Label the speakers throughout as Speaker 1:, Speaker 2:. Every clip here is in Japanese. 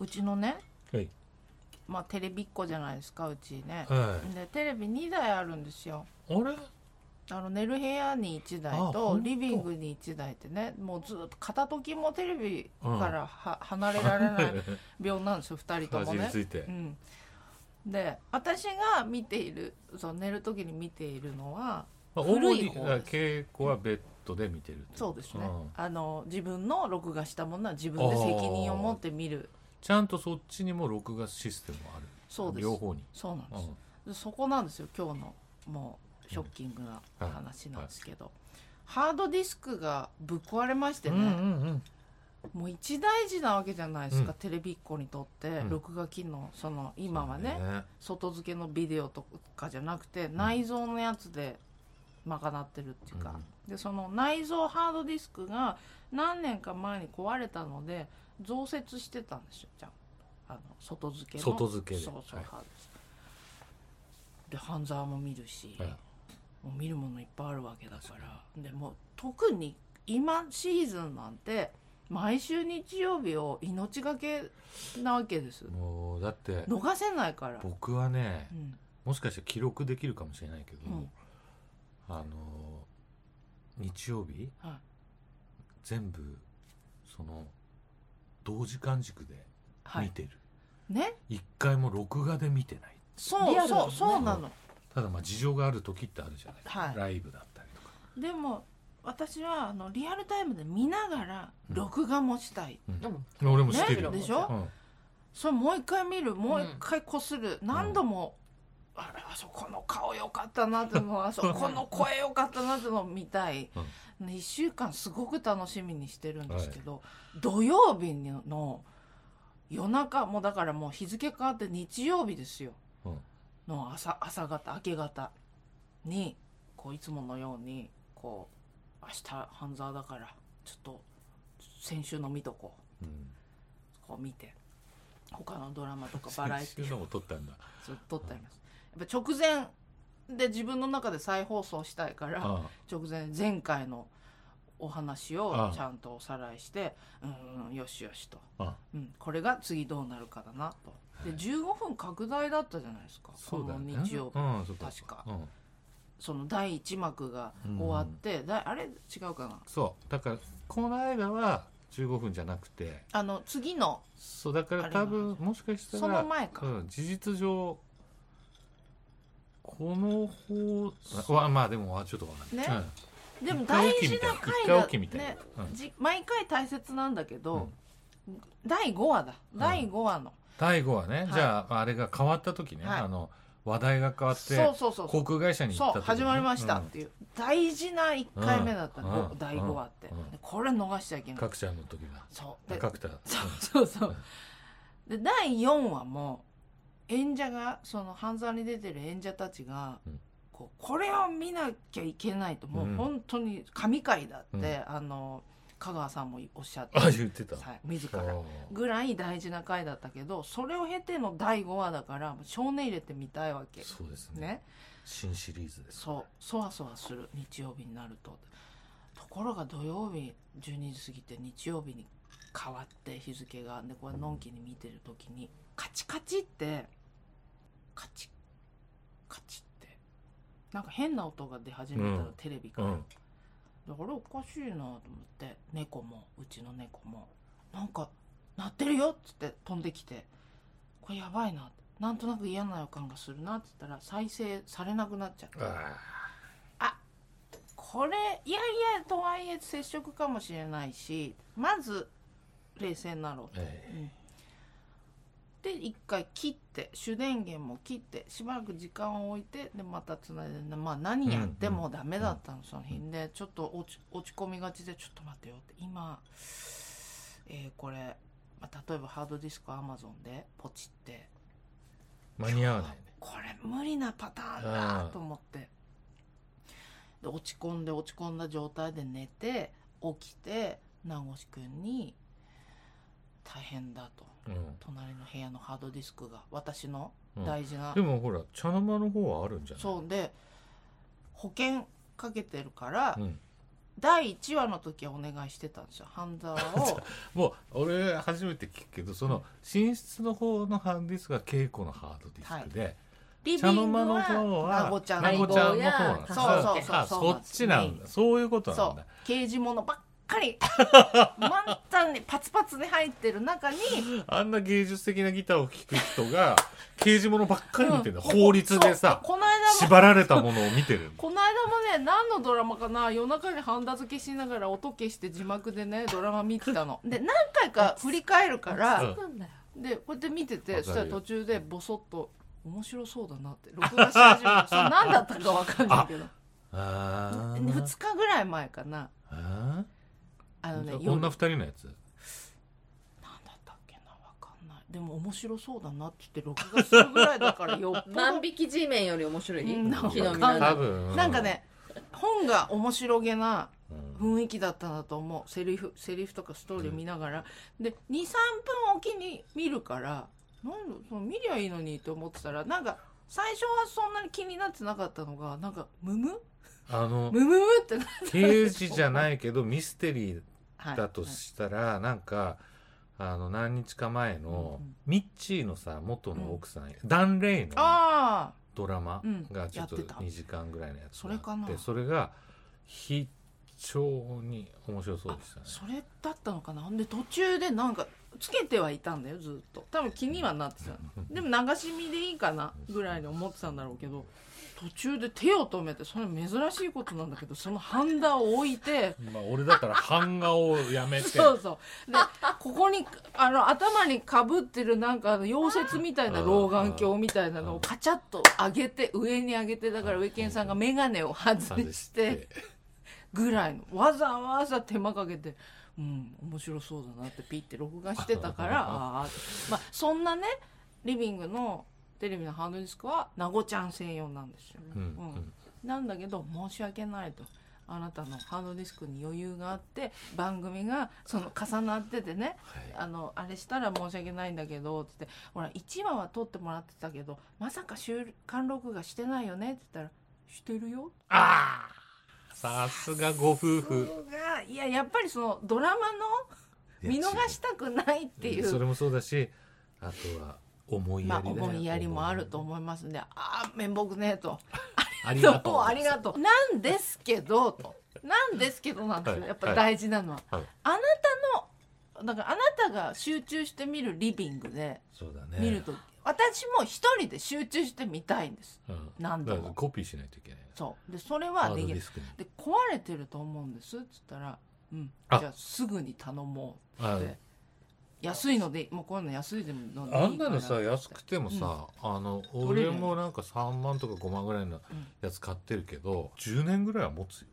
Speaker 1: うちのね
Speaker 2: はい
Speaker 1: まあテレビっ子じゃないですかうちね、
Speaker 2: は
Speaker 1: でテレビ2台あるんですよ
Speaker 2: いあれ
Speaker 1: あの寝る部屋に1台
Speaker 2: あほ
Speaker 1: と
Speaker 2: んと
Speaker 1: リビングに1台ってねもうずっと片時もテレビからは、離れられない病なんですよ2人とも
Speaker 2: 端に
Speaker 1: ね
Speaker 2: つ。いて
Speaker 1: うん、で私が見ているそう寝る時に見ているのは
Speaker 2: まあ
Speaker 1: 古い
Speaker 2: 主に
Speaker 1: 方
Speaker 2: あ
Speaker 1: です
Speaker 2: 稽古はベッドで見てる
Speaker 1: そうですね、
Speaker 2: うん
Speaker 1: あの自分の録画したものは自分で責任を持って見る
Speaker 2: ちゃんとそっちにも録画システムある
Speaker 1: そうです
Speaker 2: 両方に
Speaker 1: そうなんです、
Speaker 2: うん
Speaker 1: でそこなんですよ今日のもうショッキングな
Speaker 2: うんはい
Speaker 1: 話なんですけど、ハードディスクがぶっ壊れまして
Speaker 2: う
Speaker 1: ね、
Speaker 2: んうんうん
Speaker 1: もう一大事なわけじゃないですか、
Speaker 2: うん
Speaker 1: テレビっ子にとって、
Speaker 2: ん
Speaker 1: 録画機能その今はね
Speaker 2: そうね
Speaker 1: 外付けのビデオとかじゃなくて内蔵のやつで賄ってるっていうか、でその内蔵ハードディスクが何年か前に壊れたので増設してたんですよじゃんあの外付けの
Speaker 2: 外付けで
Speaker 1: そうそう、
Speaker 2: はい
Speaker 1: ハードディスクで半沢も見るし、
Speaker 2: はい
Speaker 1: もう見るものいっぱいあるわけだからでもう特に今シーズンなんて毎週日曜日を命がけなわけです
Speaker 2: もうだって
Speaker 1: 逃せないから、
Speaker 2: 僕はね
Speaker 1: うん、
Speaker 2: もしかしたら記録できるかもしれないけど、
Speaker 1: うん
Speaker 2: あの日曜日
Speaker 1: はい
Speaker 2: 全部その同時間軸で
Speaker 1: は
Speaker 2: 見
Speaker 1: い
Speaker 2: てる、
Speaker 1: ね
Speaker 2: 一回も録画で見てない
Speaker 1: そう、
Speaker 3: リアルだも
Speaker 1: そ
Speaker 3: ん
Speaker 1: う
Speaker 3: ね
Speaker 1: そうなの
Speaker 2: ただまあ事情がある時ってあるじゃない、
Speaker 1: はい
Speaker 2: ライブだったりとか、
Speaker 1: でも私はあのリアルタイムで見ながら録画もしたい、
Speaker 2: うん
Speaker 3: でも
Speaker 2: 俺もしてるよ、
Speaker 1: ねでしょ
Speaker 2: うん
Speaker 1: それもう一回見るもう一回こする、何度も、あれあそこの顔良かったなっていうの はあそこの声良かったなっていうのを見たい、ね一1週間すごく楽しみにしてるんですけど、土曜日の夜中もうだからもう日付変わって日曜日ですよ
Speaker 2: うん
Speaker 1: の朝朝方明け方にこういつものようにこう明日半沢だからちょっと先週の見とこう
Speaker 2: うん、
Speaker 1: こう見て他のドラマとかバラエティ
Speaker 2: 先週のも撮ったんだ
Speaker 1: ずっと撮ってありますやっぱ直前で自分の中で再放送したいから
Speaker 2: ああ
Speaker 1: 直前前回のお話を
Speaker 2: ああ
Speaker 1: ちゃんとおさらいしてうんうんよしよしと、
Speaker 2: ああ
Speaker 1: うん、これが次どうなるかだなとで15分拡大だったじゃないですか
Speaker 2: そうだよね
Speaker 1: この日曜日
Speaker 2: うん、そうか
Speaker 1: 確か
Speaker 2: うん、
Speaker 1: その第一幕が終わって、だあれ違うかな
Speaker 2: そうだからこの間は15分じゃなくて
Speaker 1: あの次の
Speaker 2: そうだから多分もしかしたら
Speaker 1: その前か
Speaker 2: うん、事実上この方あわまあでもあちょっとわかんない、
Speaker 1: ね
Speaker 2: うん
Speaker 1: でも
Speaker 2: 一回
Speaker 1: 大
Speaker 2: 置き
Speaker 1: 事
Speaker 2: みたい
Speaker 1: な
Speaker 2: な
Speaker 1: 回
Speaker 2: 一回
Speaker 1: だ
Speaker 2: 置きみたいな、
Speaker 1: ね
Speaker 2: うん
Speaker 1: じ毎回大切なんだけど、第5話だ
Speaker 2: ん
Speaker 1: 第5話の、
Speaker 2: 第5話ね、
Speaker 1: い
Speaker 2: じゃああれが変わった時ね、
Speaker 1: はい
Speaker 2: あの話題が変わっ
Speaker 1: そ
Speaker 2: て
Speaker 1: うそうそうそう
Speaker 2: 航空会社に行った
Speaker 1: そう
Speaker 2: 時ね
Speaker 1: 始まりました
Speaker 2: う
Speaker 1: っ
Speaker 2: ん
Speaker 1: ていう、大事な1回目だった、
Speaker 2: うん
Speaker 1: ご
Speaker 2: うん
Speaker 1: 第5話って、
Speaker 2: うん
Speaker 1: でこれ逃しちゃいけない
Speaker 2: 角ちゃんの時だ
Speaker 1: そう
Speaker 2: あ
Speaker 1: で
Speaker 2: 角田
Speaker 1: そうそうそうで第4話も演者がその半沢に出てる演者たちが、
Speaker 2: うん
Speaker 1: こうこれを見なきゃいけないとも
Speaker 2: う
Speaker 1: うん本当に神回だって、
Speaker 2: うん
Speaker 1: あの香川さんもおっしゃって
Speaker 2: あ言ってた
Speaker 1: はい、自
Speaker 2: あ
Speaker 1: ら
Speaker 2: ー
Speaker 1: ぐらい大事な回だったけどそれを経ての第5話だから少年入れてみたいわけ
Speaker 2: そうですね
Speaker 1: ね
Speaker 2: 新シリーズです
Speaker 1: そうそわそわする日曜日になるとところが土曜日12時過ぎて日曜日に変わって日付がでこれのんきに見てる時にカチカチってカチカチってなんか変な音が出始めたの、
Speaker 2: うん
Speaker 1: テレビか
Speaker 2: う
Speaker 1: ら、
Speaker 2: ん
Speaker 1: であれおかしいなと思って猫もうちの猫もなんか鳴ってるよっつって飛んできてこれやばいなってなんとなく嫌な予感がするなっつったら再生されなくなっちゃって
Speaker 2: あ
Speaker 1: これいやいやとはいえ接触かもしれないしまず冷静になろう
Speaker 2: ーえ
Speaker 1: で一回切って主電源も切ってしばらく時間を置いてでまたつないで、まあ、何やってもダメだったの、その日でちょっと落ち落ち込みがちでちょっと待ってよって今、えーこれ、まあ、例えばハードディスクアマゾンでポチって
Speaker 2: ー間に合わないね
Speaker 1: これ無理なパターンだと思ってで落ち込んで落ち込んだ状態で寝て起きて名越くんに「大変だ」と。
Speaker 2: うん
Speaker 1: 隣の部屋のハードディスクが私の
Speaker 2: うん
Speaker 1: 大事な、
Speaker 2: でもほら茶の間の方はあるんじゃない
Speaker 1: そうで保険かけてるから
Speaker 2: うん
Speaker 1: 第1話の時はお願いしてたんですよ半沢 を
Speaker 2: もう俺初めて聞くけどその寝室の方のハードディスクは稽古のハードディスクで、
Speaker 1: リ
Speaker 2: 茶
Speaker 1: ビ
Speaker 2: の
Speaker 1: ング
Speaker 2: 間の方
Speaker 1: は
Speaker 2: は
Speaker 1: なごちゃん
Speaker 2: な
Speaker 1: の
Speaker 2: ごちゃんの方なん
Speaker 1: そ
Speaker 2: だ
Speaker 1: うそうそう
Speaker 2: あ
Speaker 1: そう
Speaker 2: そっちなんだそういうことなん
Speaker 1: そ
Speaker 2: だ
Speaker 1: う刑事物ばっか り満タンにパツパツに入ってる中に
Speaker 2: あんな芸術的なギターを弾く 人が刑事ものばっかり見てるんだ、
Speaker 1: うん
Speaker 2: 法律でさ
Speaker 1: そうこの間も
Speaker 2: 縛られたものを見てるんだ
Speaker 1: この間もね何のドラマかな夜中にハンダ付けしながら音消して字幕でねドラマ見てたので何回か振り返るか
Speaker 2: うん
Speaker 1: ら
Speaker 3: なんだよ
Speaker 1: でこうやって見て
Speaker 2: わかる
Speaker 1: て
Speaker 2: よ
Speaker 1: そしたら途中でボソッと「面白そうだな」って録画し始 めたそれ何だったか分かんないけど
Speaker 2: あー
Speaker 1: 2日ぐらい前かな
Speaker 2: あ
Speaker 1: あのね
Speaker 2: ー
Speaker 1: 夜
Speaker 2: 女二人のやつ
Speaker 1: なんだったっけなわかんないでも面白そうだなって言って録画するぐらいだからよ っぽど
Speaker 3: 万引き G メンより面白い
Speaker 1: うん
Speaker 3: 昨日見
Speaker 1: な
Speaker 3: た
Speaker 1: ん
Speaker 2: 多
Speaker 1: か
Speaker 2: 分
Speaker 1: なんか、ね本が面白げな
Speaker 2: うん
Speaker 1: 雰囲気だったなと思うセリフセリフとかストーリー見ながらで23分おきに見るからなんだその見りゃいいのにと思ってたらなんか最初はそんなに気になってなかったのがなんかムム
Speaker 2: あの
Speaker 1: ムムムってな
Speaker 2: 刑事じゃないけどミステリ
Speaker 1: は
Speaker 2: ー
Speaker 1: い
Speaker 2: だとしたら、なんかあの何日か前の、
Speaker 1: うんうん
Speaker 2: ミッチーのさ元の奥さん、ダン・レイの
Speaker 1: ああ
Speaker 2: ドラマ
Speaker 1: うん
Speaker 2: がちょっと
Speaker 1: やってた
Speaker 2: 2時間ぐらいのやつ
Speaker 1: それかな
Speaker 2: でそれが非常に面白そうでしたね
Speaker 1: それだったのかなで途中でなんかつけてはいたんだよずっと多分気にはなってたでも流し見でいいかなぐらいに思ってたんだろうけど途中で手を止めてそれ珍しいことなんだけどそのハンダを置いて
Speaker 2: まあ俺だったら版画をやめて
Speaker 1: そうそうでここにあの頭にかぶってるなんかあの溶接みたいな老眼鏡みたいなのをカチャッと上げて上に上げてだから植健さんが眼鏡を外
Speaker 2: 外し
Speaker 1: して
Speaker 2: て
Speaker 1: ぐらいのわざわざ手間かけてうん面白そうだなってピッて録画してたからあーまあそんなねリビングのテレビのハードディスクはなごちゃん専用なんですよ、
Speaker 2: うん
Speaker 1: なんだけど申し訳ないとあなたのハードディスクに余裕があって番組がその重なっててね
Speaker 2: はい
Speaker 1: あのあれしたら申し訳ないんだけど」つって「ほら1話は撮ってもらってたけどまさか収録録画してないよね」って言ったら「してるよ」
Speaker 2: ああさすがご夫婦
Speaker 1: そうがいややっぱりそのドラマの見逃したくないってい
Speaker 2: そうれもそうだしあとは思い
Speaker 1: ま
Speaker 2: や
Speaker 1: あ
Speaker 2: りだよ
Speaker 1: 思いやりもあると思いますんでああ面目ねえと
Speaker 2: あり
Speaker 1: ど
Speaker 2: が
Speaker 1: う
Speaker 2: と
Speaker 1: も
Speaker 2: う
Speaker 1: ありがとうなんですけどとなんですけどなんですよ
Speaker 2: はい
Speaker 1: やっぱ大事なのは、
Speaker 2: はい
Speaker 1: あなたのだからあなたが集中して見るリビングで
Speaker 2: そうだね
Speaker 1: 見ると、私も一人で集中して見たいんです
Speaker 2: うん
Speaker 1: 何度も
Speaker 2: だからコピーしないといけない
Speaker 1: そうでそれ
Speaker 2: ハ
Speaker 1: は
Speaker 2: ード
Speaker 1: で
Speaker 2: デ
Speaker 1: きる
Speaker 2: ィスクに
Speaker 1: で壊れてると思うんですっつったら「うん
Speaker 2: あ
Speaker 1: じゃあすぐに頼もう」
Speaker 2: あ
Speaker 1: で安いのでもうこういうの安いでも
Speaker 2: あんなのさ
Speaker 1: いいか
Speaker 2: 安くてもさ、あの
Speaker 1: 取れ
Speaker 2: 俺
Speaker 1: る
Speaker 2: もなんか3万とか5万ぐらいのやつ買ってるけど、10年ぐらいは持つよ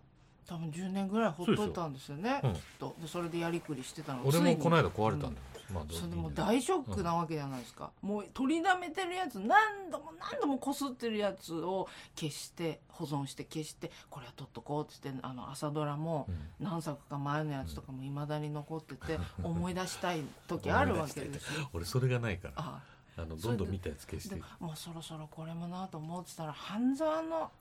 Speaker 1: 多分10年ぐらいほっといたんですよね
Speaker 2: そ
Speaker 1: き
Speaker 2: うで
Speaker 1: っ
Speaker 2: し
Speaker 1: とでそれでやりくりしてたの
Speaker 2: 俺もこの
Speaker 1: い
Speaker 2: 間壊れたんだよ、まあどう
Speaker 1: それでもう
Speaker 2: いいんだけ
Speaker 1: 大ショックなわけじゃないですか、もう取りだめてるやつ何度も何度もこすってるやつを消して保存して消してこれは取っとこうっつってあの朝ドラも
Speaker 2: どうん
Speaker 1: 何作か前のやつとかもいまだに残ってて思い出したい時あるわ けですよ
Speaker 2: 俺それがないから
Speaker 1: あ
Speaker 2: あの
Speaker 1: そ
Speaker 2: ど
Speaker 1: れ
Speaker 2: ん
Speaker 1: で
Speaker 2: どん見たやつ消して
Speaker 1: でもうそろそろこれもなと思ってたら半沢の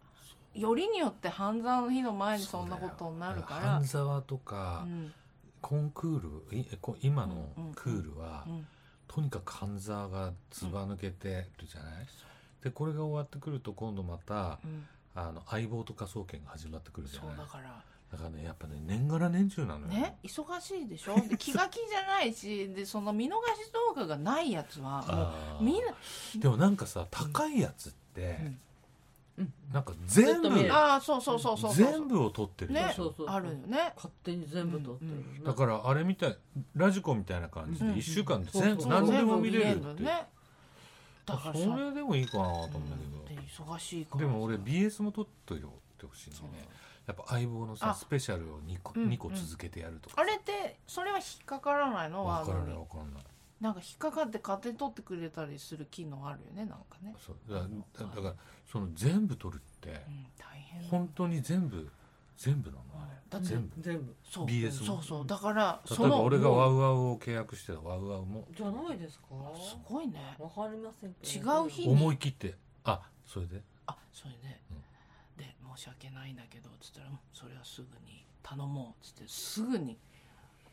Speaker 1: よりによって半沢の日の前にそんなことになるか
Speaker 2: そうだよ
Speaker 1: ら
Speaker 2: 半沢とか、
Speaker 1: うん
Speaker 2: コンクールいこ今の
Speaker 1: うんうん
Speaker 2: クールは、
Speaker 1: うん
Speaker 2: とにかく半沢がずば抜けてるじゃない、でこれが終わってくると今度また
Speaker 1: うん
Speaker 2: あの相棒と科捜研が始まってくるじ
Speaker 1: そ
Speaker 2: ゃな
Speaker 1: う
Speaker 2: い
Speaker 1: だから
Speaker 2: だからねやっぱね年がら年中なのよ
Speaker 1: ね忙しいで しょで気が気じゃないしでその見逃し動画がないやつは
Speaker 2: あ
Speaker 1: も
Speaker 2: ー
Speaker 1: うみんな
Speaker 2: でもなんかさ高いやつって、
Speaker 3: うん
Speaker 2: なんか全
Speaker 3: ずっと
Speaker 2: 部
Speaker 3: 見れる
Speaker 1: ああそうそうそうそうそう
Speaker 2: 全部を撮ってるで
Speaker 1: ね
Speaker 2: しょ、
Speaker 3: そうそう
Speaker 1: あるよね
Speaker 3: 勝手に全部撮ってるよな、
Speaker 2: だからあれみたいラジコみたいな感じで
Speaker 1: うん
Speaker 2: 1週間で
Speaker 3: そう
Speaker 2: 全
Speaker 3: そう
Speaker 2: 何でも見れ
Speaker 1: 全
Speaker 2: る
Speaker 1: 部
Speaker 2: っ
Speaker 1: 見
Speaker 2: て、
Speaker 1: れねだからさ
Speaker 2: それでもいいかなと思うんだ
Speaker 1: うん
Speaker 2: け
Speaker 1: で
Speaker 2: ど、
Speaker 1: 忙しいから
Speaker 2: でも俺
Speaker 1: さ
Speaker 2: BS も撮っとよってほしいんだよねやっぱ相棒のさ
Speaker 1: あ
Speaker 2: スペシャルを2個
Speaker 1: うん
Speaker 2: ,2 個続けてやるとか、
Speaker 1: あれってそれは引っかからないのワ
Speaker 2: わ
Speaker 1: ード
Speaker 2: からない
Speaker 1: に
Speaker 2: わからない
Speaker 1: なんか引っかかって勝手に取ってくれたりする機能あるよねなんかね、
Speaker 2: そうだだだからその全部撮るって
Speaker 1: うん、大変
Speaker 2: 本当に全部全部なのあれ
Speaker 1: だって
Speaker 2: 全部
Speaker 3: 全部
Speaker 1: そう
Speaker 2: BS も
Speaker 1: そうそうだから
Speaker 2: 例えば俺が
Speaker 1: もう
Speaker 2: ワウワウを契約してたワウワウも
Speaker 3: じゃないですか
Speaker 1: すごいね
Speaker 3: わかりませんけど
Speaker 1: 違う日
Speaker 2: 思い切ってあそれで
Speaker 1: あそれね、で申し訳ないんだけどつったらそれはすぐに頼もうつってすぐに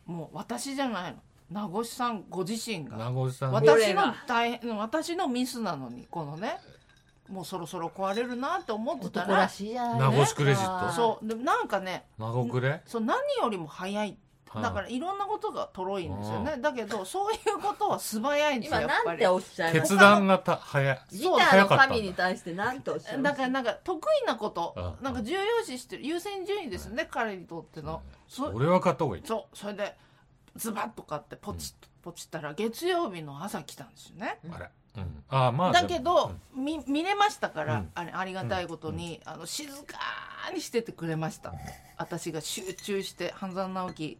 Speaker 1: もう私じゃないの名越さんご自身が
Speaker 2: 名越さん
Speaker 3: 私
Speaker 1: 私の
Speaker 3: が
Speaker 1: 大変私のミスなのにこのねもうそろそろ壊れるなって思ってた
Speaker 3: 男
Speaker 1: ら
Speaker 3: らしいじゃない
Speaker 2: 名
Speaker 3: で
Speaker 2: 越
Speaker 3: す
Speaker 2: クレジット
Speaker 1: そうでなんかね
Speaker 2: 孫くれ
Speaker 1: そう何よりも早い
Speaker 2: はい
Speaker 1: だからいろんなことがとろいんですよねだけどそういうことは素早いんですよ
Speaker 3: 今
Speaker 1: やっ
Speaker 3: な
Speaker 1: ぱ
Speaker 3: ん
Speaker 1: り
Speaker 3: ておっしゃいまし
Speaker 2: 決
Speaker 3: た
Speaker 2: 断がた早い
Speaker 3: ギターの神に対してなんておっしゃいま
Speaker 1: だ
Speaker 3: し
Speaker 1: からなんか得意なこと
Speaker 2: ああ
Speaker 1: なんか重要視してる優先順位ですね彼にとってのそ
Speaker 2: 俺は買った方がいい
Speaker 1: そうそれでズバッと買ってポチッとポチったら月曜日の朝来たんですよね
Speaker 2: あれうんああまあ
Speaker 1: だけ
Speaker 2: で
Speaker 1: ど
Speaker 2: も、
Speaker 1: み見れましたか
Speaker 2: う
Speaker 1: ら
Speaker 2: ん
Speaker 1: あれありがたいことにあの静かにしててくれました私が集中して半沢直樹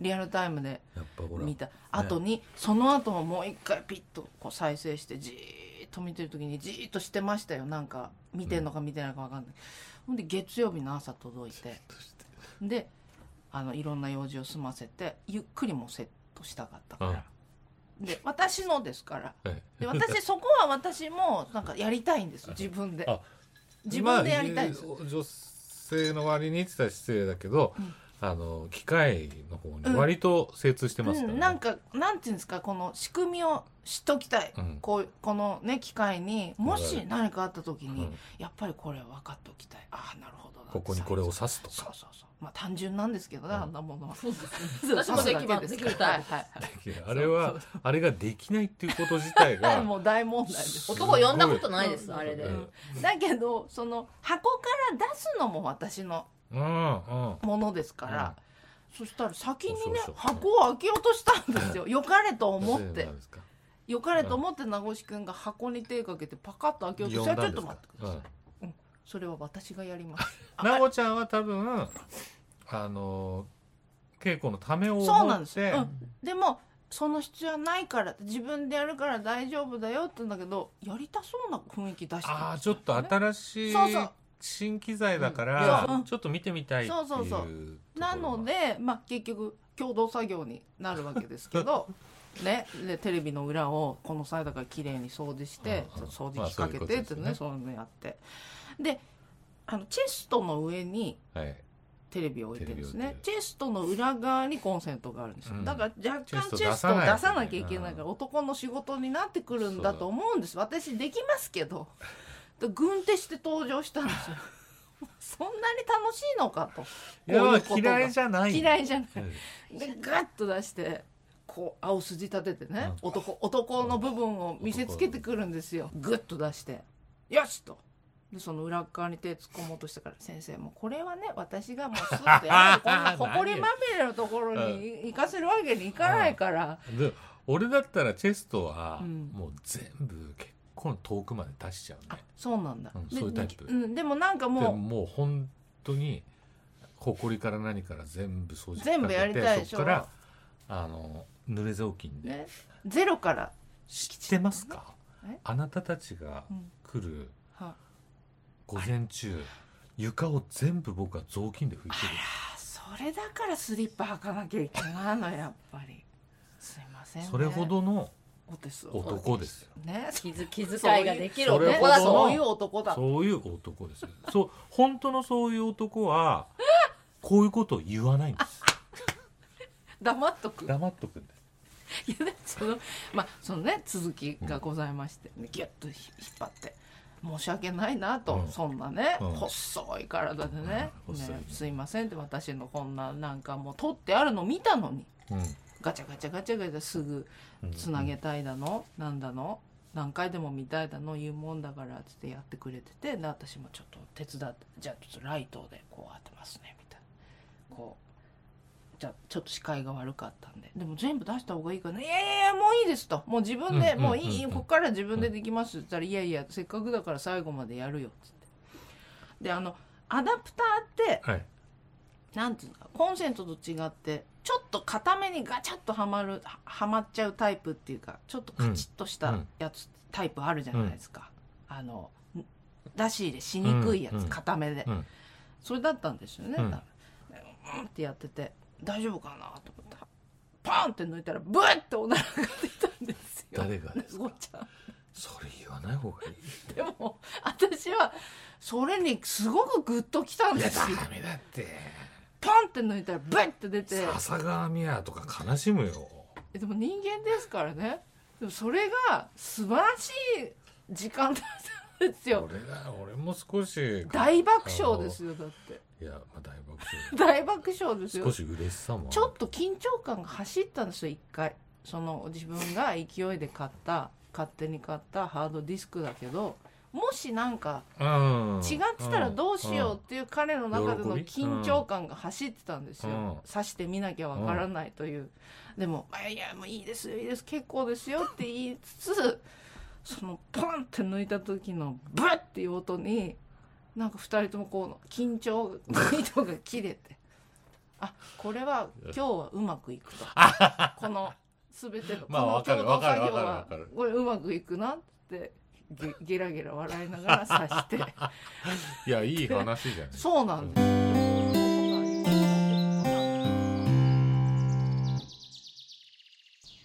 Speaker 1: リアルタイムで
Speaker 2: うんやっぱほら
Speaker 1: 見た後に、その後ももう一回ピッとこう再生してじーっと見てる時にじーっとしてましたよなんか見てんのか見てないか分かんない、ほんで月曜日の朝届いてであのいろんな用事を済ませてゆっくりもうセットしたかったから、で私のですから
Speaker 2: え
Speaker 1: で私そこは私もなんかやりたいんです自分で
Speaker 2: あ
Speaker 1: 自分でやりたいんです、
Speaker 2: まあ女性の割にって言ったら失礼だけど、
Speaker 1: うん
Speaker 2: あの機械の方に割と精通してますから、
Speaker 1: う
Speaker 2: ね
Speaker 1: ん、なんかなんていうんですかこの仕組みを知っときたい、
Speaker 2: うん
Speaker 1: こうこのね機会にも
Speaker 2: は
Speaker 1: し
Speaker 2: い
Speaker 1: 何かあった時に、
Speaker 2: うん
Speaker 1: やっぱりこれは分かっておきたいああなるほどな
Speaker 2: ここにこれを刺すと
Speaker 1: そう
Speaker 2: か
Speaker 1: そうそうまあ単純なんですけどね、
Speaker 2: うん
Speaker 1: あんなも のは
Speaker 3: そうですね
Speaker 1: 刺
Speaker 3: 私
Speaker 1: す
Speaker 3: もで
Speaker 1: だ
Speaker 3: き
Speaker 1: け
Speaker 3: ます
Speaker 1: で
Speaker 3: ですき
Speaker 1: から
Speaker 3: るタイプ
Speaker 1: はいはい
Speaker 2: いやあれはあれができないっていうこと自
Speaker 1: は
Speaker 2: 体
Speaker 1: い、
Speaker 2: が
Speaker 1: はい、もう大問題です
Speaker 2: そう
Speaker 3: 男呼んだことないですあれで
Speaker 2: う
Speaker 1: うんんだけどその箱から出すのも私の
Speaker 2: うんうん
Speaker 1: ものですから、そしたら先にね
Speaker 2: そうそうそう
Speaker 1: 箱を開けようとしたんですよ良かれと思っ
Speaker 2: そういう
Speaker 1: て
Speaker 2: のですか
Speaker 1: よかれと思って名越くんが箱に手かけてパカッと開けようとしたらちょっと待ってください、それは私がやり ます
Speaker 2: うん、なおちゃんは多分あの稽古のためを思って
Speaker 1: そうなんですよでもその必要はないから自分でやるから大丈夫だよって言うんだけどやりたそうな雰囲気出してるんですよね
Speaker 2: ああちょっと新しい
Speaker 1: そうそう
Speaker 2: 新機材だから、
Speaker 1: うんそう
Speaker 2: ちょっと見てみたいっていう
Speaker 1: そうそうそう
Speaker 2: ところが
Speaker 1: なので、まあ、結局共同作業になるわけですけ どね、でテレビの裏をこの際だから綺麗に掃除して、
Speaker 2: うんうん
Speaker 1: 掃除機かけてってね,、そう
Speaker 2: まあ
Speaker 1: いうのやってであのチェストの上に
Speaker 2: はい、
Speaker 1: テレビを置いてるんですね
Speaker 2: テ
Speaker 1: チェストの裏側にコンセントがあるんですよ、
Speaker 2: うん
Speaker 1: だから若干
Speaker 2: チ
Speaker 1: チ
Speaker 2: ェ
Speaker 1: ェ
Speaker 2: ス
Speaker 1: ス
Speaker 2: ト
Speaker 1: ト
Speaker 2: を
Speaker 1: を
Speaker 2: 出
Speaker 1: 出
Speaker 2: さ
Speaker 1: さ
Speaker 2: な
Speaker 1: な
Speaker 2: き
Speaker 1: き
Speaker 2: ゃ
Speaker 1: ゃ
Speaker 2: い
Speaker 1: い
Speaker 2: け
Speaker 1: け
Speaker 2: な
Speaker 1: ないいか
Speaker 2: か
Speaker 1: らら男の仕事になってくるんだと思うんです私できますけどだ軍手して登場したんです よそんなに楽しいのかとこ
Speaker 2: いや
Speaker 1: ういうことが
Speaker 2: 嫌いじゃない
Speaker 1: 嫌いじゃない
Speaker 2: うん
Speaker 1: でガッと出してこう青筋立ててね
Speaker 2: うん
Speaker 1: 男男の部分を見せつけてくるんですよグッと出して「よし!」と。でその裏っ側に手突っ込もうとしたから「先生もうこれはね私がもうスッとやるこん なほこりまみれのところに行かせるわけにいかないから
Speaker 2: で俺だったらチェストは
Speaker 1: うん
Speaker 2: もう全部結構遠くまで出しちゃう
Speaker 1: あ
Speaker 2: ね、
Speaker 1: そうなんだ、
Speaker 2: うん
Speaker 1: で
Speaker 2: そういうタイプ
Speaker 1: うんでもなんか
Speaker 2: でも
Speaker 1: も
Speaker 2: もう本当に埃から何から全部掃除機かけて
Speaker 1: 全部やりたいでしょ
Speaker 2: そっからあの濡れ雑巾
Speaker 1: う、
Speaker 2: で、
Speaker 1: ね、ゼロから、
Speaker 2: 知ってますか
Speaker 1: え
Speaker 2: あなたたちが
Speaker 1: うん
Speaker 2: 来る
Speaker 1: は
Speaker 2: 午前中床を全部僕は雑巾で拭いてる
Speaker 1: あそれだからスリッパ履かなきゃいけないのやっぱりすいません、ね、
Speaker 2: それほどの
Speaker 1: お手数を
Speaker 2: 男ですよ
Speaker 1: ね
Speaker 3: 気づ気遣いができる
Speaker 2: それ
Speaker 1: ね
Speaker 2: ほ
Speaker 3: 男
Speaker 2: どの
Speaker 3: だと
Speaker 1: そういう男だ
Speaker 2: そういう男ですよそう本当のそういう男はこういうことを言わないんです
Speaker 1: 黙っとくいや
Speaker 2: 黙っとくんです
Speaker 1: そのまあそのね続きがございまして、ギュッと引っ張って申し訳ないなと、
Speaker 2: うん
Speaker 1: そんなね、
Speaker 2: うん
Speaker 1: 細い体でね,、
Speaker 2: うん細いね
Speaker 1: ねすいませんって私のこんななんかもう取ってあるの見たのにガチャガチャガチャガチャすぐつなげたいだの、なんだの何回でも見たいだの言うもんだからっつってやってくれててで私もちょっと手伝ってじゃあちょっとライトでこう当てますねみたいなこうじゃあちょっと視界が悪かったんででも全部出した方がいいから、ね「いやいやいやもういいです」と「もう自分で、
Speaker 2: うん
Speaker 1: もういい、
Speaker 2: うんうん
Speaker 1: ここから自分でできます」って言ったら「いやいやせっかくだから最後までやるよ」っつって。であのアダプターって
Speaker 2: はい
Speaker 1: なんていうのかコンセントと違ってちょっと固めにガチャッとはまるははまっちゃうタイプっていうかちょっとカチッとし
Speaker 2: うんう
Speaker 1: た
Speaker 2: ん
Speaker 1: やつ、タイプあるじゃないですか、あのん出し入れしにくいやつ、
Speaker 2: うんうん
Speaker 1: 固めで、
Speaker 2: うん
Speaker 1: それだったんですよね、
Speaker 2: うん
Speaker 1: だからうんってやってて大丈夫かなと思ったらパンって抜いたらブッておならが出たんですよ
Speaker 2: 誰がですか
Speaker 1: ごっちゃん
Speaker 2: それ言わない方がいい
Speaker 1: でも私はそれにすごくグッときたん
Speaker 2: い
Speaker 1: で
Speaker 2: や
Speaker 1: すよ
Speaker 2: ダメだって
Speaker 1: パンって抜いたらブンって出て
Speaker 2: 笹川美也とか悲しむよ
Speaker 1: えでも人間ですからねでもそれが素晴らしい時間だったんですよ
Speaker 2: 俺だ俺も少し
Speaker 1: 大爆笑ですよだって
Speaker 2: あのいや、まあ、大爆
Speaker 1: 大爆笑です
Speaker 2: 笑少
Speaker 1: よ
Speaker 2: し嬉しさもある
Speaker 1: ちょっと緊張感が走ったんですよ一回その自分が勢いで買った勝手に買ったハードディスクだけどもしなんか
Speaker 2: うん
Speaker 1: 違ってたらどうしようっていう彼の中で
Speaker 2: うん
Speaker 1: の
Speaker 2: 喜び
Speaker 1: 緊張感が走ってたんです
Speaker 2: う
Speaker 1: よ
Speaker 2: ん
Speaker 1: 刺してみなきゃわからないというでも「いやいやもういいですよいいです結構ですよ」って言いつつそのポンって抜いた時のブッっていう音になんか2人ともこう緊張の糸が切れてあこれは今日はうまくいくとこの全てのこ
Speaker 2: まあ
Speaker 1: の
Speaker 2: わかる
Speaker 1: 共同作業
Speaker 2: わ
Speaker 1: は
Speaker 2: かるわかる
Speaker 1: これうまくいくなってゲゲラゲラ笑いながら刺して。
Speaker 2: いやいい話じゃない
Speaker 1: そうなんです。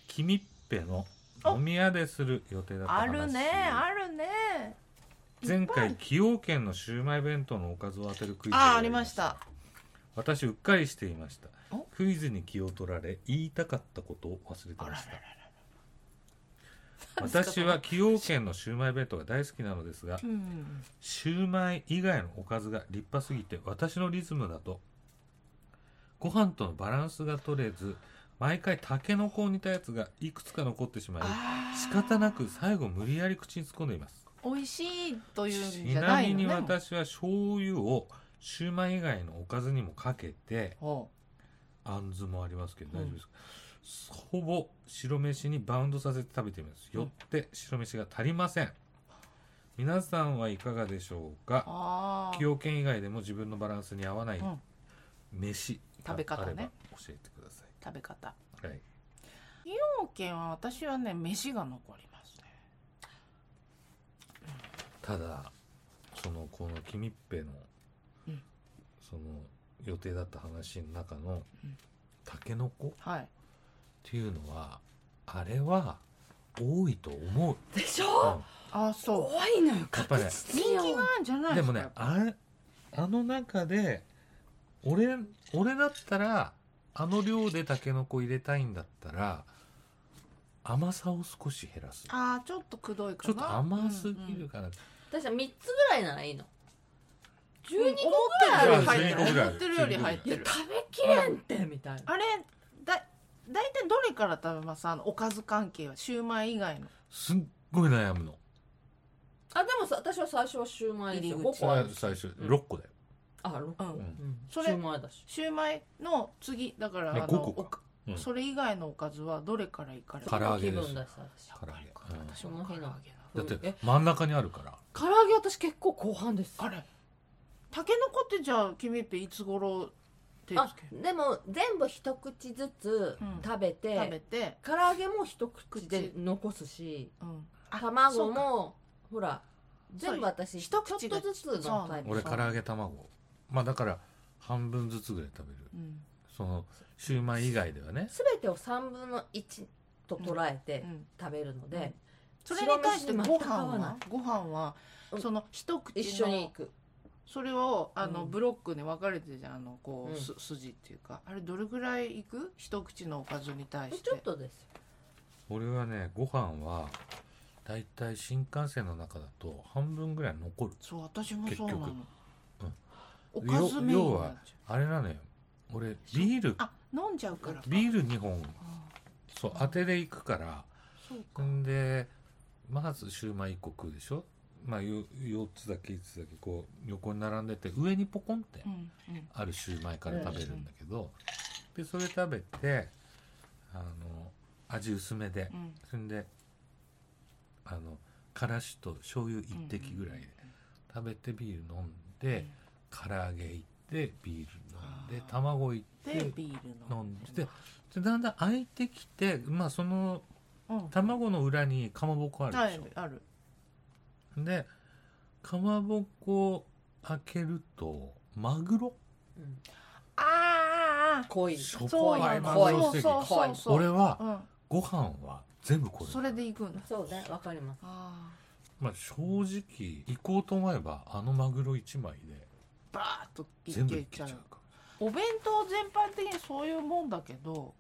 Speaker 2: 君っぺの飲み屋でする予定だった話
Speaker 1: あるね、あるね。
Speaker 2: 前回崎陽軒のシウマイ弁当のおかずを当てるクイズを
Speaker 1: あ、
Speaker 2: や
Speaker 1: ありました。
Speaker 2: 私うっかりしていました
Speaker 1: お
Speaker 2: クイズに気を取られ言いたかったことを忘れてました私は崎陽軒のシウマイ弁当が大好きなのですが
Speaker 1: うん。
Speaker 2: シウマイ以外のおかずが立派すぎて私のリズムだとご飯とのバランスが取れず毎回タケノコを煮たやつがいくつか残ってしまい
Speaker 1: あ
Speaker 2: 仕方なく最後無理やり口に突っ込んでいます
Speaker 1: ー美味しいというん
Speaker 2: ち
Speaker 1: じゃ
Speaker 2: な
Speaker 1: ない
Speaker 2: み
Speaker 1: よね。
Speaker 2: に
Speaker 1: もう
Speaker 2: 私は醤油をシューマイ以外のおかずにもかけて
Speaker 1: ほ
Speaker 2: あんずもありますけど大丈夫ですか、ほぼ白飯にバウンドさせて食べてみます
Speaker 1: うん
Speaker 2: よって白飯が足りません皆さんはいかがでしょう
Speaker 1: う
Speaker 2: か
Speaker 1: あ
Speaker 2: 崎
Speaker 1: あ。
Speaker 2: 陽軒以外でも自分のバランスに合わない
Speaker 1: うん
Speaker 2: 飯が
Speaker 1: 食べ方ね
Speaker 2: あれば教えてくださ
Speaker 1: 食べ方。
Speaker 2: い、はい、
Speaker 1: 本県は私はね、飯が残りますね。
Speaker 2: ただそのこの君っぺの、
Speaker 1: うん
Speaker 2: その予定だった話の中の、
Speaker 1: うん
Speaker 2: タケノコ
Speaker 1: はい。
Speaker 2: っていうのはあれは多いと思う、
Speaker 3: でし
Speaker 2: うん
Speaker 3: ょ
Speaker 1: あ、そう。
Speaker 3: 怖いのよ
Speaker 2: やっぱね
Speaker 3: 確実に
Speaker 1: 人
Speaker 3: よ
Speaker 1: 気があるんじゃない
Speaker 2: ですも
Speaker 1: か
Speaker 2: ねあれあの中で俺俺だったらあの量でタケノコ入れたいんだったら甘さを少し減らすち
Speaker 1: あー、ちょっとくどいかな。
Speaker 2: ょっと甘すぎ
Speaker 1: うんう
Speaker 2: る
Speaker 1: ん。
Speaker 2: かな、
Speaker 3: 私は3つぐらいならいいの12個
Speaker 1: 思
Speaker 3: ぐらい
Speaker 1: った
Speaker 3: あ
Speaker 1: より入
Speaker 2: 12個
Speaker 3: る
Speaker 1: って
Speaker 2: ぐ
Speaker 1: る。
Speaker 2: らい
Speaker 1: 思ってるより入っ
Speaker 3: い
Speaker 1: て
Speaker 3: や
Speaker 1: る。
Speaker 3: 食べきれんってみたいな
Speaker 1: あれ、だ、大体どれから食べますあの、おかず関係は。シューマイ以外の。
Speaker 2: すっごい悩むの
Speaker 3: あでもさ私は最初はシューマイですよ
Speaker 1: 入り口
Speaker 3: 5
Speaker 2: そ
Speaker 3: 個あ
Speaker 2: れ
Speaker 3: る
Speaker 2: 最初
Speaker 3: うん
Speaker 2: 6個だよ、
Speaker 3: あ6個、
Speaker 1: うん
Speaker 3: うんシ
Speaker 1: そ
Speaker 3: ュ
Speaker 1: れ
Speaker 3: ーマイだし
Speaker 1: シューマイの次だからあ
Speaker 2: ね
Speaker 1: の
Speaker 2: 5個
Speaker 1: お
Speaker 2: か
Speaker 1: か
Speaker 2: うん
Speaker 1: それ以外のおかずはどれからいかれる
Speaker 2: 唐揚げです
Speaker 3: 気分だしさ私
Speaker 2: 唐揚げ、うん
Speaker 3: 私も唐揚げな
Speaker 2: だっ
Speaker 3: うんえ
Speaker 2: て真ん中にあるから
Speaker 3: 唐揚げ私結構後半です
Speaker 1: あれタケノコってじゃあ君っていつ頃手つ
Speaker 3: あ
Speaker 1: け
Speaker 3: でも全部一口ずつ
Speaker 1: うん
Speaker 3: 食べて、
Speaker 1: 食べて、
Speaker 3: 唐揚げも一口で残すし
Speaker 1: うん、あ
Speaker 3: 卵
Speaker 1: そうか
Speaker 3: もほら全部私ち
Speaker 1: そ
Speaker 3: ょ
Speaker 1: う
Speaker 3: っと
Speaker 1: 一口が
Speaker 3: ずつのタイプ
Speaker 2: 俺唐揚げ卵まあだから半分ずつぐらい食べる
Speaker 1: うん
Speaker 2: そのシューマイ以外ではね
Speaker 3: 全てを3分の1と捉えて
Speaker 1: うん
Speaker 3: 食べるので、
Speaker 1: うんそれに対して
Speaker 3: 白飯
Speaker 1: ご
Speaker 3: に全く合
Speaker 1: 飯
Speaker 3: わな
Speaker 1: はいご飯は
Speaker 3: うん
Speaker 1: その一口の
Speaker 3: 一緒に行く
Speaker 1: それをあの
Speaker 3: うん
Speaker 1: ブロックに分かれてるじゃんあのこう、
Speaker 3: うん
Speaker 1: す筋っていうかあれどれぐらいいく一口のおかずに対して
Speaker 3: ちょっとですよ
Speaker 2: 俺はねご飯はだいたい新幹線の中だと半分ぐらい残る
Speaker 1: そう私もそうなの
Speaker 2: 結局、
Speaker 1: おかずメインになっちゃ
Speaker 2: あれなのよ俺ビール
Speaker 1: うあ飲んじゃうからか
Speaker 2: ビール2本
Speaker 1: あ
Speaker 2: そう当てで行くから
Speaker 1: そうか、
Speaker 2: んでまずシューマイ1個食うでしょまあよ4つだけ5つだけこう横に並んでて上にポコンって
Speaker 1: うんうん
Speaker 2: あるシューマイから食べるんだけど、でそれ食べてあの味薄めで、
Speaker 1: うん
Speaker 2: そんであのからしと醤油一滴ぐらいで食べてビール飲んで、唐揚げ行ってビール飲んで
Speaker 1: あー
Speaker 2: 卵行っ
Speaker 1: で
Speaker 2: て
Speaker 1: ビール
Speaker 2: 飲
Speaker 1: 飲
Speaker 2: ん
Speaker 1: ん
Speaker 2: で
Speaker 1: で
Speaker 2: でだんだん空いてきてまあその
Speaker 1: うん
Speaker 2: 卵の裏にかまぼこある
Speaker 1: あ
Speaker 2: でし
Speaker 1: るある
Speaker 2: ょでかまぼこ開けるとマグロ
Speaker 3: うん
Speaker 1: あーあーあー
Speaker 3: 濃い
Speaker 2: しょっ
Speaker 1: そう
Speaker 2: ぱ
Speaker 1: ないの
Speaker 2: マ
Speaker 3: 濃
Speaker 2: グ
Speaker 3: い
Speaker 2: ロ
Speaker 1: そう
Speaker 2: ステ
Speaker 1: そう
Speaker 2: ーキ
Speaker 1: そうそう
Speaker 2: 俺は
Speaker 1: うん
Speaker 2: ご飯は全部これ
Speaker 1: それで行くんだ
Speaker 3: そうねわかります
Speaker 1: あ
Speaker 2: まあ正直行こうと思えばあのマグロ1枚で
Speaker 1: バーッとい
Speaker 2: 全部い
Speaker 1: け
Speaker 2: けち
Speaker 1: ち
Speaker 2: ゃ
Speaker 1: ゃ
Speaker 2: う
Speaker 1: う
Speaker 2: から
Speaker 1: お弁当全般的にそういうもんだけど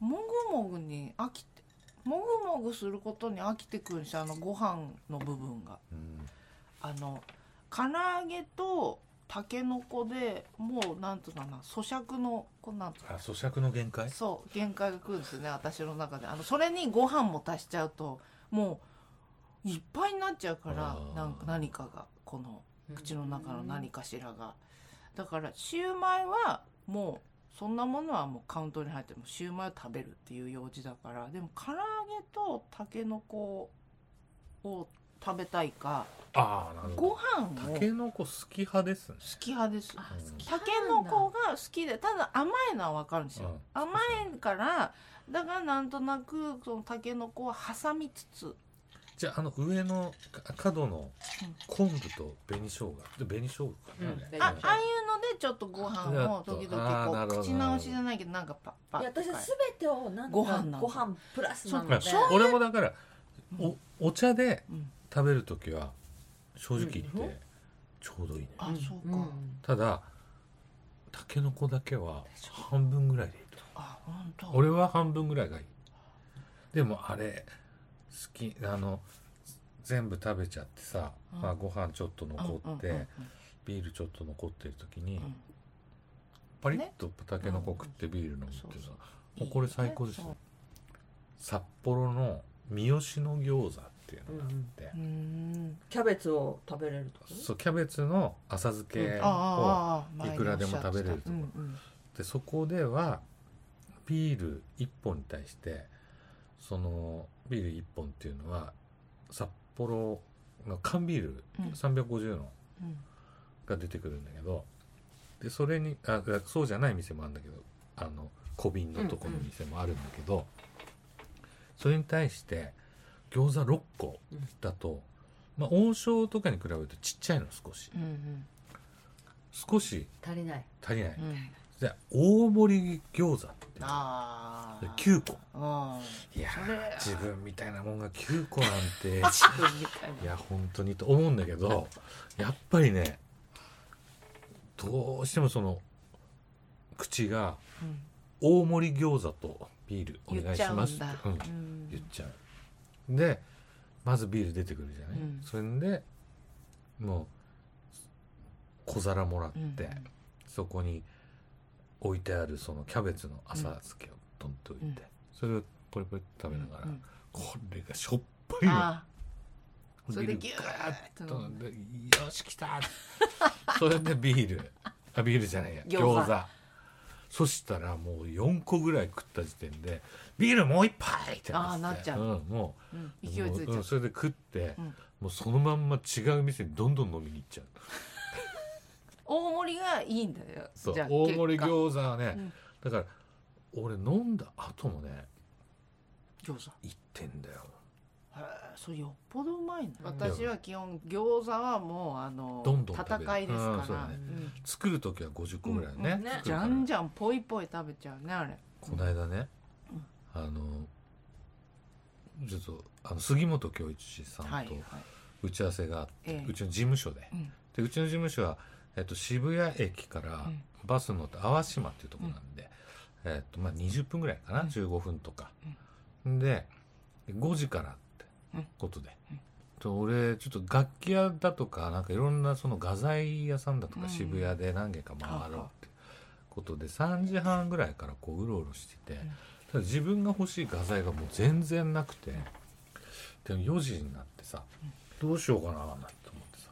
Speaker 1: もぐもぐに飽きてもぐもぐすることに飽きてくるしあのご飯の部分が
Speaker 2: うん
Speaker 1: あの唐揚げとたけのこでもうなんつうかな咀嚼のこうなんつう
Speaker 2: あ咀嚼の限界
Speaker 1: そう限界が来るんですよね私の中であのそれにご飯も足しちゃうともういっぱいになっちゃうから
Speaker 2: あー
Speaker 1: なんか何かがこの口の中の何
Speaker 3: か
Speaker 1: かしらがだからシューマイはもうそんなものはもうカウントに入ってもうシューマイを食べるっていう用事だからでも唐揚げとたけのこを食べたいか
Speaker 2: ああなるほ
Speaker 1: ご
Speaker 2: ど
Speaker 1: 飯
Speaker 2: た
Speaker 1: を好
Speaker 2: けのこ好き派ですね
Speaker 1: き派です
Speaker 3: あ
Speaker 2: うん
Speaker 3: 好き
Speaker 1: たけのこが好きでただ甘いのはわかるんですよ、
Speaker 2: うん
Speaker 1: 甘いからだからなんとなくそのたけのこは挟みつつ
Speaker 2: じゃああの上のか角の
Speaker 1: うん
Speaker 2: 昆布と紅生姜で紅生姜かな、
Speaker 3: うん
Speaker 2: あれ
Speaker 3: 紅
Speaker 1: あ
Speaker 3: 生姜
Speaker 1: ああいうのでちょっとご飯を時
Speaker 2: あーな
Speaker 1: 々
Speaker 2: るほ
Speaker 1: こ
Speaker 2: ど
Speaker 1: う口直しじゃないけどなんかパッパ
Speaker 3: い
Speaker 1: ッ
Speaker 3: や
Speaker 1: と
Speaker 3: 私
Speaker 1: か
Speaker 3: は全てをなんか
Speaker 1: ご飯なの
Speaker 3: ご飯プラスなの
Speaker 2: ま
Speaker 3: で
Speaker 2: あ俺もだからおお茶で
Speaker 1: うん
Speaker 2: 食べる時は正直言っ
Speaker 3: うん
Speaker 2: てちょうどいいね、
Speaker 1: あ
Speaker 3: ん
Speaker 1: そうか、
Speaker 3: ん
Speaker 2: ただたけのこだけは半分ぐらいでいいと
Speaker 1: あ本当
Speaker 2: 俺は半分ぐらいがいいでもあれ好きあの全部食べちゃってさ、
Speaker 1: うん
Speaker 2: まあ、ご飯ちょっと残って、
Speaker 1: うんうん
Speaker 2: ビールちょっと残ってる時に、
Speaker 1: うんうん
Speaker 2: パリッとたけのこ食ってビール飲むって
Speaker 1: そう
Speaker 2: さ
Speaker 1: そう、
Speaker 2: もうこれ最高ですよ札幌の三好の餃子っていうのがあって、
Speaker 1: うーん
Speaker 3: キャベツを食べれるとか
Speaker 2: そうキャベツの浅漬け
Speaker 1: あ
Speaker 2: を、
Speaker 1: あああ前
Speaker 2: い
Speaker 1: に
Speaker 2: く
Speaker 1: お
Speaker 2: ら
Speaker 1: っ
Speaker 2: で
Speaker 1: し
Speaker 2: も
Speaker 1: ゃってた
Speaker 2: 食べれると
Speaker 1: う
Speaker 2: こ
Speaker 1: んうん
Speaker 2: でそこではビール1本に対してそのビール1本っていうのは札幌の缶ビール
Speaker 1: うん
Speaker 2: 350の
Speaker 1: うん
Speaker 2: が出てくるんだけどでそれにあだそうじゃない店もあるんだけどあの小瓶のとこの店もあるんだけど、それに対して餃子6個だと、まあ、王将とかに比べるとちっちゃいの少し
Speaker 1: うん
Speaker 2: 少し
Speaker 3: 足りない
Speaker 2: 足りない、
Speaker 1: うんうん
Speaker 2: じゃあ大盛り餃子っていうの
Speaker 1: ああ
Speaker 2: 9個
Speaker 1: うん
Speaker 2: いや
Speaker 1: それ
Speaker 2: 自分みたいなもんが9個なんて
Speaker 1: 自分みたい
Speaker 2: いや本当にと思うんだけどやっぱりねどうしてもその口が
Speaker 1: うん
Speaker 2: 大盛り餃子とビールお
Speaker 1: 言
Speaker 2: 願
Speaker 1: っ
Speaker 2: い
Speaker 1: ち
Speaker 2: し
Speaker 1: ゃう
Speaker 2: ます
Speaker 1: んだ
Speaker 2: ってうん
Speaker 1: うん
Speaker 2: 言っちゃうでまずビール出てくるじゃない、
Speaker 1: うん
Speaker 2: それでもう小皿もらって、
Speaker 1: うん
Speaker 2: そこに置いてあるそのキャベツの浅漬けをドンと置いて、
Speaker 1: うん
Speaker 2: それをポリポリと食べながら、
Speaker 1: うんうん
Speaker 2: これがしょっぱいの
Speaker 1: ああそれでギューッと
Speaker 2: と飲んでよし 来たそれでビールあビールじゃないや
Speaker 3: 餃
Speaker 2: 餃
Speaker 3: 子
Speaker 2: 子そしたらもう4個ぐらい食った時点でビールもう一杯って、
Speaker 1: あーなっちゃうん
Speaker 2: も
Speaker 1: うん
Speaker 2: う
Speaker 1: 勢いついち
Speaker 2: もう
Speaker 1: ゃ
Speaker 2: う
Speaker 1: うん
Speaker 2: それで食って、
Speaker 1: うん
Speaker 2: もうそのまんま違う店にどんどん飲みに行っちゃう
Speaker 1: 大盛りがいいんだよ
Speaker 2: そう
Speaker 1: じゃあ
Speaker 2: 大盛り
Speaker 1: 結果
Speaker 2: 餃子はね、
Speaker 1: うん
Speaker 2: だから俺飲んだ後もね
Speaker 1: 餃子
Speaker 2: 行ってんだよ
Speaker 1: へえそれよっぽどうまいね
Speaker 3: うん
Speaker 1: 私は基本餃子はもうあの
Speaker 2: どんどん食べる
Speaker 1: 戦いです
Speaker 2: うんそう
Speaker 1: か
Speaker 2: だ
Speaker 1: ら
Speaker 2: ね
Speaker 1: うん
Speaker 2: 作る時は50個ぐら
Speaker 1: う
Speaker 2: いね,、
Speaker 1: ん
Speaker 3: うんね
Speaker 2: 作
Speaker 1: じ
Speaker 2: る
Speaker 1: ゃ
Speaker 2: から
Speaker 1: んじゃんぽいぽい食べちゃうねあれ
Speaker 2: この間ね、あのちょっとあの杉本恭一さ
Speaker 1: は
Speaker 2: ん
Speaker 1: い
Speaker 2: と
Speaker 1: はい
Speaker 2: 打ち合わせがあって、
Speaker 1: ええ
Speaker 2: うちの事務所で,、
Speaker 1: うん
Speaker 2: でうちの事務所は、えっと、渋谷駅から
Speaker 1: うん
Speaker 2: バス乗って淡島っていうとこなんで、えっとまあ、20分ぐらいかな、15分とか、で5時からってことで。と俺ちょっと楽器屋だとかなんかいろんなその画材屋さんだと
Speaker 1: う
Speaker 2: か
Speaker 1: ん
Speaker 2: 渋谷で何軒か回ろう
Speaker 1: ああ
Speaker 2: ってことで3時半ぐらいからこううろうろしててただ自分が欲しい画材がもう全然なくてでも4時になってさどうしようかななんて思ってさ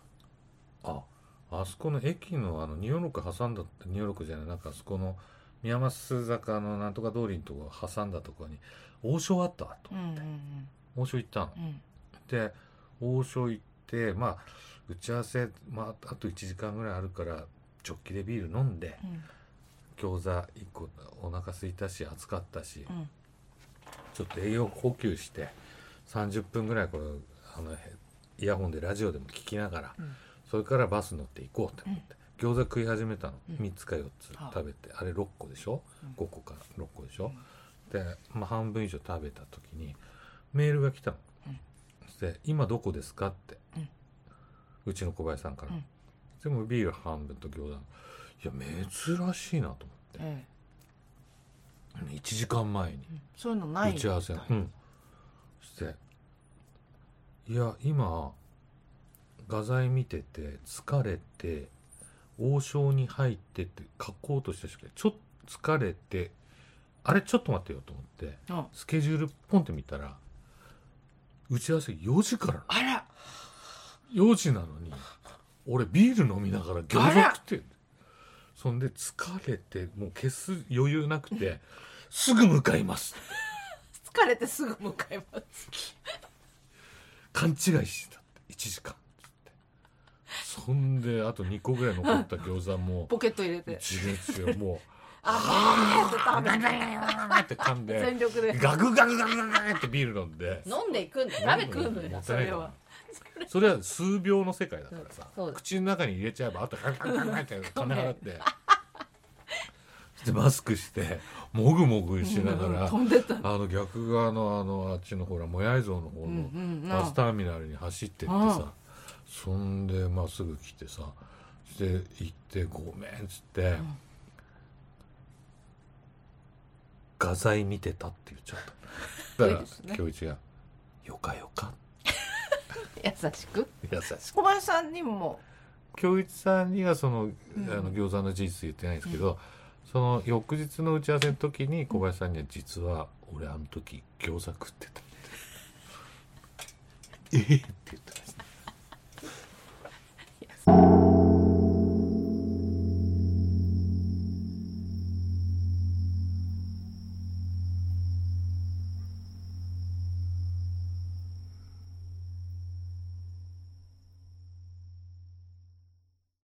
Speaker 2: ああそこの駅のあの246挟んだって246じゃないなんかあそこの宮益坂のなんとか通りのとこ挟んだとこに王将あったわと
Speaker 1: うんうん
Speaker 2: 王将行ったの。
Speaker 1: うんうん
Speaker 2: で王将行ってまあ打ち合わせ、まあ、あと1時間ぐらいあるから直帰でビール飲んで
Speaker 1: うん
Speaker 2: 餃子1個お腹空いたし暑かったし
Speaker 1: うん
Speaker 2: ちょっと栄養補給して30分ぐらいこれあのへイヤホンでラジオでも聞きながら、
Speaker 1: うん
Speaker 2: それからバス乗って行こうと思って、餃子食い始めたの、
Speaker 1: うん
Speaker 2: 3つか4つ
Speaker 1: はあ
Speaker 2: 食べてあれ6個でしょ、
Speaker 1: うん
Speaker 2: 5個か6個でしょ、で、まあ、半分以上食べた時にメールが来たの、
Speaker 1: うん
Speaker 2: で「今どこですか?」ってうちの小林さんから、
Speaker 1: うん
Speaker 2: 全部ビール半分と餃子いや珍しいなと思って、
Speaker 1: ええ
Speaker 2: 1時間前に
Speaker 1: そういうのない
Speaker 2: 打ち合わせ、
Speaker 1: みた
Speaker 2: う
Speaker 1: い
Speaker 2: ん、していや今画材見てて疲れて王将に入ってって書こうとした瞬間にちょっと疲れてあれちょっと待ってよと思って
Speaker 1: うん
Speaker 2: スケジュールポンって見たら打ち合わせ4時から
Speaker 1: あら
Speaker 2: 4時なのに俺ビール飲みながら餃
Speaker 1: あ
Speaker 2: 子
Speaker 1: ら
Speaker 2: 食ってんそんで疲れてもう消す余裕なくてすぐ向かいます
Speaker 1: 疲れてすぐ向かいます
Speaker 2: 勘違いしてたって1時間っつってそんであと2個ぐらい残った餃子も
Speaker 1: ポケット入れて
Speaker 2: 違う違うもう
Speaker 1: あポケット食べて
Speaker 2: って噛んで
Speaker 1: 全力で
Speaker 2: ガクガクガクガクってビール飲んで
Speaker 3: 飲んでいくんだ食べ食うの
Speaker 2: も
Speaker 3: よ
Speaker 2: ったいないからそれは数秒の世界だからさ
Speaker 3: そうそうだ
Speaker 2: 口の中に入れちゃえばあとガクガクガクって金払ってでマスクしてもぐもぐしながら
Speaker 1: 飛んでった
Speaker 2: あの逆側のあのあっちのほらもやい像の方
Speaker 1: うん
Speaker 2: の
Speaker 1: うん
Speaker 2: バスターミナルに走ってってさ、
Speaker 1: うん
Speaker 2: そんでまっすぐ来てさで行って「ごめん」っつって、画材見てたって言っち ゃっただ
Speaker 1: い
Speaker 2: か
Speaker 1: いです
Speaker 2: ら
Speaker 1: ね
Speaker 2: 恭一が「よかよか
Speaker 1: 優しく」
Speaker 2: 優しく
Speaker 1: 小林さんにも
Speaker 2: 恭一さんにはそのあ
Speaker 1: ん
Speaker 2: の餃子の事実言ってないんですけど、その翌日の打ち合わせの時に小林さんには「実は俺あの時餃子食ってた」ええって言ってました